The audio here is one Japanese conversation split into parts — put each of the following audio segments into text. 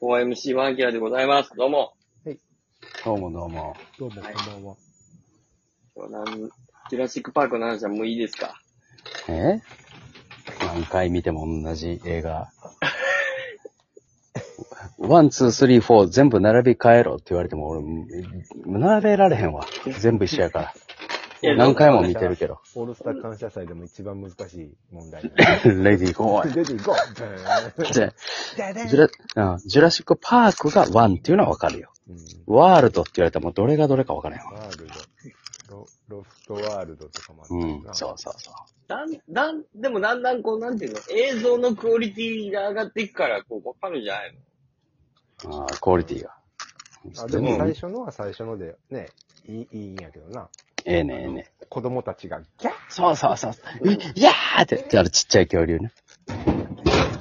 OMC ワンキラでございます。どうも。どうもどうも。どうも、こはいんばんは。なんジュラシックパークの話はもういいですかえ何回見ても同じ映画。 ワン、ツー、スリー、フォー全部並び替えろって言われても俺、並べられへんわ。全部一緒やかいやら。何回も見てるけど。オールスター感謝祭でも一番難しい問題。 レディーゴーイ出ていこうじゃあジュラうんジュラシックパークがワンっていうのはわかるよ。うん。ワールドって言われたらもうどれがどれかわからへんわ。ワールドロ。ロフトワールドとかもあるうんな、そうそうそう。なん、なん、でもだんだんこう、なんていうの、映像のクオリティが上がっていくから、こう、わかるじゃないのあークオリティが。あででもも最、初のは最初ので、ね、いい、いいんやけどな。ええねええね。子供たちがギャッそうそうそう。いやーって、あのちっちゃい恐竜ね。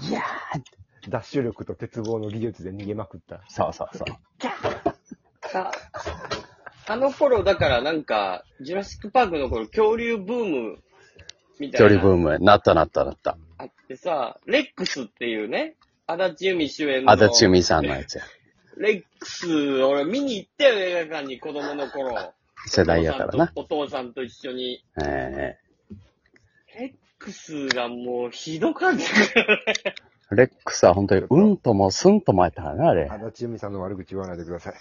いやーって。ダッシュ力と鉄棒の技術で逃げまくった。そうそうそう。さあの頃、だからなんか、ジュラシックパークの頃、恐竜ブーム、みた恐いな竜ブ。ームやなったなったなった。あってさ、レックスっていうね、足立由美主演の。足立由美さんのや つや。レックス、俺見に行ったよ、映画館に子供の頃。世代やからな。お父さんと一緒に。えレックスがもうひどかったからね。えレックスは本当に、うんともすんともやったからな、あれ足。立由美さんの悪口言わないでください。い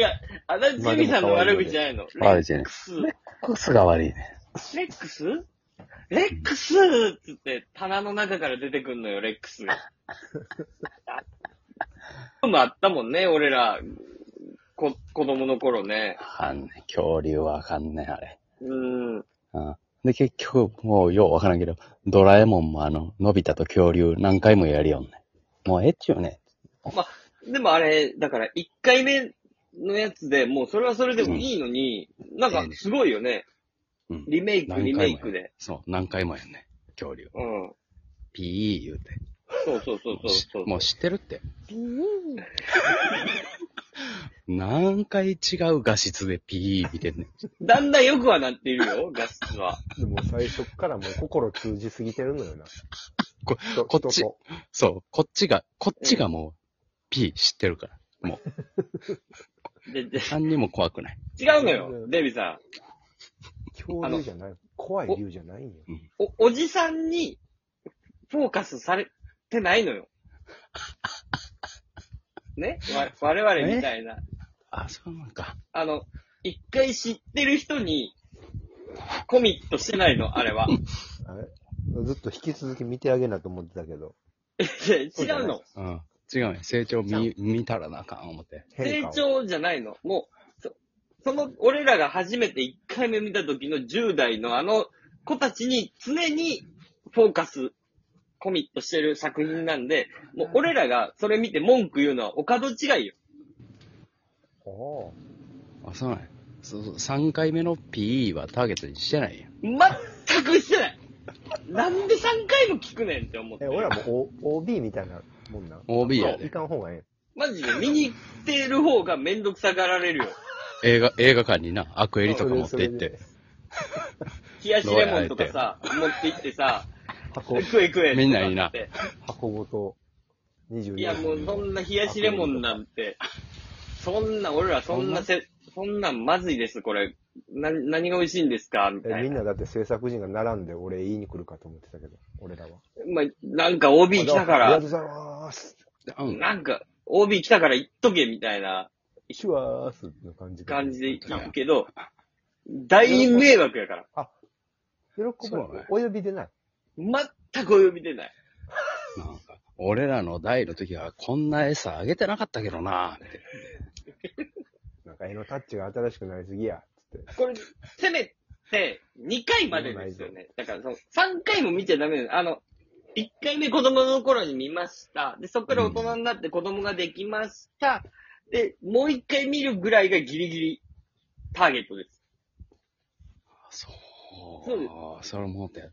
や、足立由美さんの悪口じゃないの。まあレでも可愛いよねックス、レレックスが悪いね。ックスレックスっつって棚の中から出てくんのよ、レックスが。あもあったもんね、俺ら、こ、子供の頃ね。あんね、恐竜はあかんね、あれ。うん。うん。で、結局、もうようわからんけど、ドラえもんもあの、のび太と恐竜何回もやりよんね。もうええっちゅうね。でもあれ、だから1回目のやつでもうそれはそれでもいいのに、なんかすごいよね。うん。リメイク、リ何回もメやイクで。そう、何回もやんね。恐竜。うん。ピー言うて。そうそうそうそうそう。もう知ってるって。 何回違う画質でピー見てんねん。だんだん良くはなっているよ、画質は。でも最初っからもう心通じすぎてるのよな。こ人こっち人とそう、こっちが、こっちがもう、ピー知ってるから。もう、で、で、何にも怖くない。違うのよ、デビさ恐竜じゃない。怖い竜じゃないんよ。ん。お、おじさんに、フォーカスされてないのよ。ねわ我々みたいな。あ、そうなんか。あの、一回知ってる人に、コミットしてないの、あれは。あれずっと引き続き見てあげなと思ってたけど。いや違うの。うん。違うね。成長見、見たらなあかん思って。変成化を。長じゃないの。もう、そその、俺らが初めて1回目見た時の10代のあの子たちに常にフォーカス、コミットしてる作品なんで、もう俺らがそれ見て文句言うのはお門違いよ。おーあ、そうなんや。そうそう、3回目のピーはターゲットにしてないやん。全くしてない。なんで3回も聞くねんって思ってえ、。俺らも O- OB みたいなもんな。 OB やいで。かん方がえマジで見に行ってる方がめんどくさがられるよ。映画、映画館にな、アクえエん。リとか持って行って、冷やしレモンとかさ、持って行ってさ、それで。食え食えとかってみんないいな箱、箱ごと24いや、もうそんな冷やしレモンなんて、そんな、俺らそんなせ、そんなんまずいです、これ。な、何が美味しいんですかみたえ、みいんな。なだって制作人が並んで俺言いに来るかと思ってたけど、俺らは。まあ、なんか OB 来たかありがらと、うございます。うん。なんか OB 来たから行っとけ、みたいなシュワースの感じで感じで行くけど、大迷惑やから。喜ばそうねれ、お呼びでない。全くお呼びでない。なんか俺らの代の時はこんな餌あげてなかったけどなって。なんか絵のタッチが新しくなりすぎや。つって。これ、せめて、2回までですよね。だから、その、3回も見ちゃダメなの。あの、1回目子供の頃に見ました。で、そこから大人になって子供ができました。で、もう1回見るぐらいがギリギリターゲットです。そう。そうでそれもって。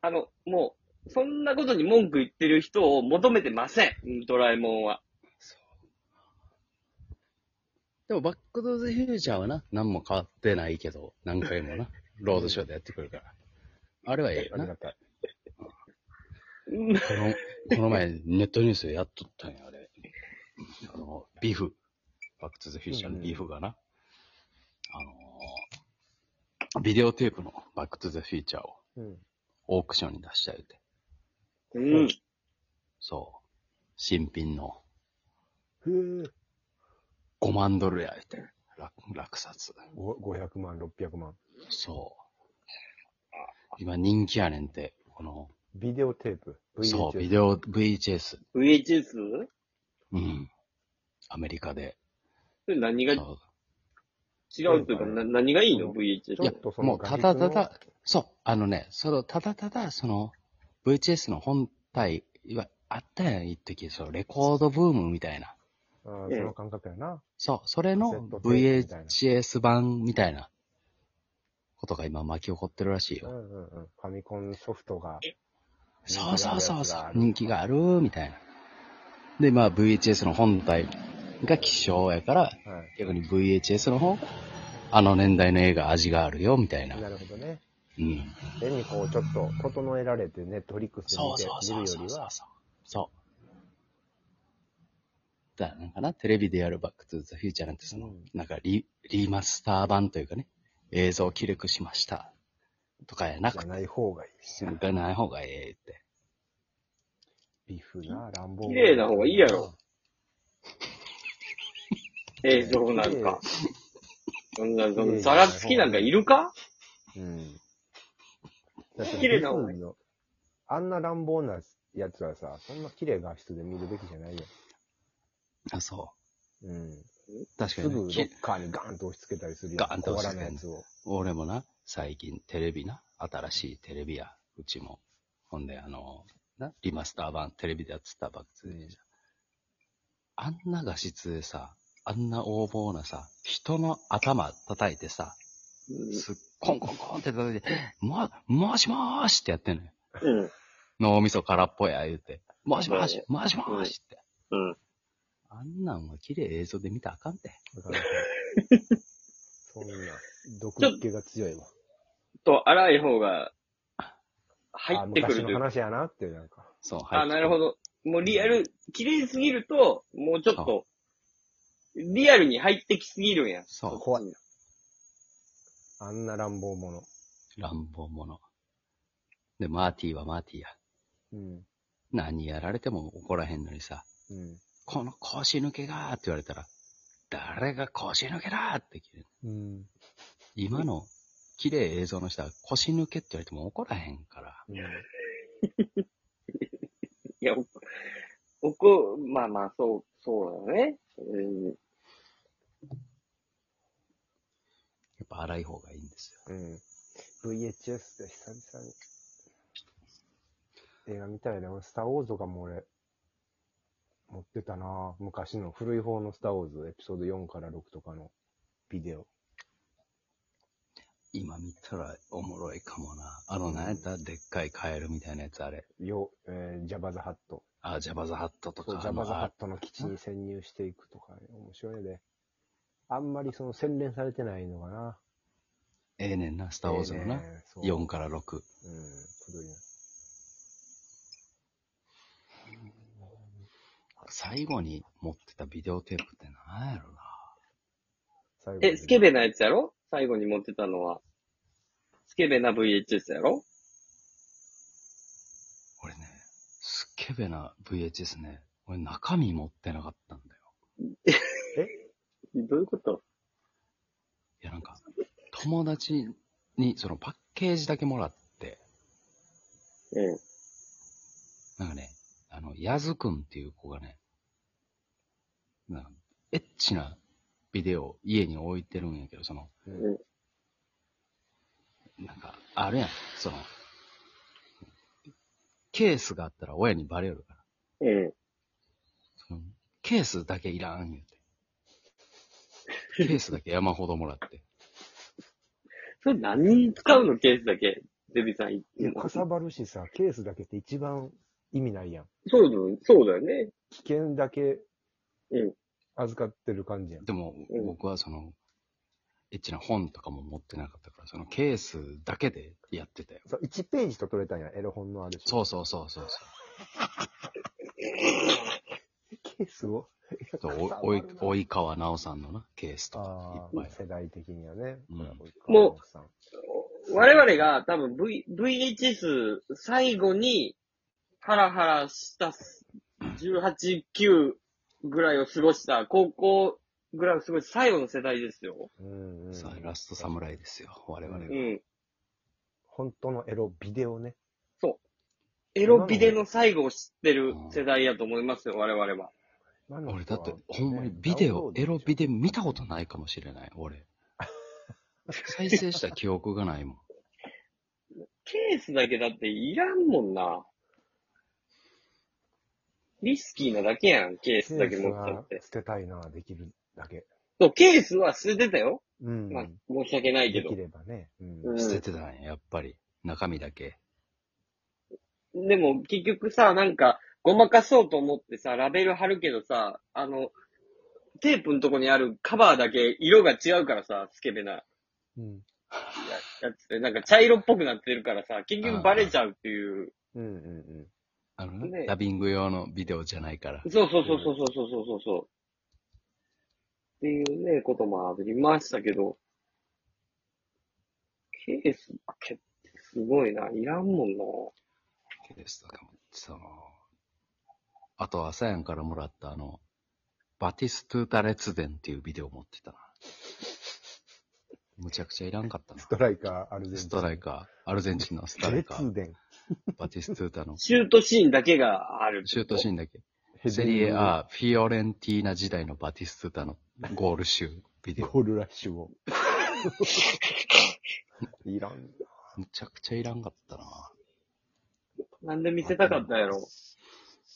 あの、もう、そんなことに文句言ってる人を求めてません。うんドラえもんは。でも、バックドゥーザフューチャーはな、何も変わってないけど、何 回もな、ロードショーでやってくるから。あれはええよありがな。たい。うんこの、この前、ネットニュースでやっとったんや、あれ。あの、ビーフ。バックトゥザフューチャーのビーフがな。あのー、ビデオテープのバックトゥザフューチャーをうん。オークションに出したいって。 うん。そう。新品のふぅ。 5万ドルや、って。落落札。ご500万、600万。そう。今人気やねんて。この、ビデオテープ。そう、ビオ。デオ VHS。 VHS? うん。アメリカで。それ何が違そううというか、な何がいいの ?VHS ちょっとそもう、の画た質のだただ、そう、あのね、その、ただただ、その、VHS の本体、いわあったやん、一時、その、レコードブームみたいな。あーその感覚やな。そう、それのカセットテープみたいな VHS 版みたいな、ことが今巻き起こってるらしいうよ。んうんうん。ファミコンソフトが。そうそうそうそう、人人気気がある、みたいな。で、まあ、VHS の本体が希少やから、はい。逆に VHS の方が、あの年代の映画味があるよ、みたいな。なるほどね。うん。絵にこう、ちょっと整えられて、ネットフリックスそうそう見てそ見うるそうよりそうは、そう。そう。だからなんかな、テレビでやるバックトゥザフューチャーなんてその、うんなんかリリマスター版というかね、映像を記録しました。とかやなじくゃて、ない方がいなんかない方がええって。い。ビフな、乱暴。綺麗な方がいいやろ。映像なんか。そんな、そんな、ざらつきなんかいるかうん。だって綺麗な方がいいビフのあんな乱暴なやつはさ、そんな綺麗な画質で見るべきじゃないよ。あ、そうん。う。確かすぐにね、ロッきカーにガンと押し付けたりするやつ。ガンと押し付け小る柄なやつを。俺もな、最近テレビな、新しいテレビや、うちも。ほんで、あの、な、リマスター版、テレビでやってたバックトゥザフューチャー。あんな画質でさ、あんな横暴なさ、人の頭叩いてさ、すっコンコンコンって叩いて、も、もしもーしってやってんのよ。うん。脳みそ空っぽや言うて。もしもーし、もしもうんーしって。うん。あんなんは綺麗映像で見たらあかんて。なかなかそんな、毒っ気が強いわ。と、荒い方が、入ってくある昔といのうか。話やなって、なんか。そう、あ、なるほど。ど。もうリアル、綺麗すぎると、もうちょっと、リアルに入ってきすぎるんや。そ怖い。あんな乱暴者。う、乱暴者。で、マーティーはマーティーや。うん。何やられても怒らへんのにさ、うん。この腰抜けがーって言われたら、誰が腰抜けだーって言う。うん。今の綺麗映像の人は腰抜けって言われても怒らへんから。いや、おおこ、まあまあ、そう、そうだね。うん。やっぱ荒い方がいいんですよ。うん。VHS で久々に。映画見たいね。俺、スターウォーズとかも俺、持ってたなぁ昔の古い方のスターウォーズ、エピソード4から6とかのビデオ。今見たらおもろいかもな。あの、なんやったでっかいカエルみたいなやつあれ。よ、えージャバザハット。あ、ジャバザハットとそうか。ジャバザハッあトの基地に潜入していくとか、面白いね。あんまりその洗練されてないのかな。ええねんな、スターウォーズのな。ええねそう4から6。うん、古いな。最後に持ってたビデオテープってなんやろな。最後にえ、スケベなやつやろ最後に持ってたのは。スケベな VHS やろ俺ね、すっげべな VHS ね、俺中身持ってなかったんだよ。どういうこといやなんか、友達にそのパッケージだけもらって、うん。なんかね、あの、やずくんっていう子がね、なんか、エッチなビデオを家に置いてるんやけど、その、うんなんか、あるやん、その、ケースがあったら親にバレるから、うん。そのケースだけいらん言うて。ケースだけ山ほどもらって。それ何に使うのケースだけ。デビさん言っていや、んのかさばるしさ、ケースだけって一番意味ないやん。そうだよ、そうだよね。危険だけうん預かってる感じやん。でもう、ん僕はその、エッチな本とかも持ってなかったから、そのケースだけでやってたよ。そう1ページと取れたんや、エロ本のあるし。そうそうそうそうそう。ケースをそう、おおい、おい川直さんのな、ケースとあかいっあぱ、い。世代的にはね。うんもう、我々が多分 V、VHS 最後にハラハラした18、9ぐらいを過ごした、高校ぐらいを過ごした最後の世代ですよ。うんうん、さあ、ラストサムライですよ、我々がう。ん。本当のエロビデオね。エロビデの最後を知ってる世代やと思いますよ、我々は。今の俺人だはって、ほんまにビデオ、エロビデオ見たことないかもしれない、俺。再生した記憶がないもん。ケースだけだっていらんもんな。リスキーなだけやん、ケースだけ持ったってケースは。捨てたいな、できるだけ。そう、ケースは捨ててたよ。うん。まあ、申し訳ないけでどき。ればね。うん。うん捨ててたんや、やっぱり。中身だけ。でも結局さ、なんか、ごまかそうと思ってさ、ラベル貼るけどさ、あの、テープのとこにあるカバーだけ色が違うからさ、スケベなやうん。やつで、なんか茶色っぽくなってるからさ、結局バレちゃうっていう。うんうんうん。あのねねダビング用のビデオじゃないから。そうそうそうそうそうそうそうそうそう。っていうね、こともありましたけど、ケースだけってすごいな、いらんもんな。ケースとかも。その、あと、アサヤンからもらったあの、バティストゥータ列伝っていうビデオ持ってたな。むちゃくちゃいらんかったなス。トライカー、アルゼンチン。ストライカー、アルゼンチンのストライカー、列伝。バティストゥータのシュートシーンだけがある。シュートシーンだけ。ヘセリエ A、フィオレンティーナ時代のバティストゥータのゴール集、ビデオ。ゴールラッシュ を。いらん。むちゃくちゃいらんかったな。なんで見せたかったんやろ。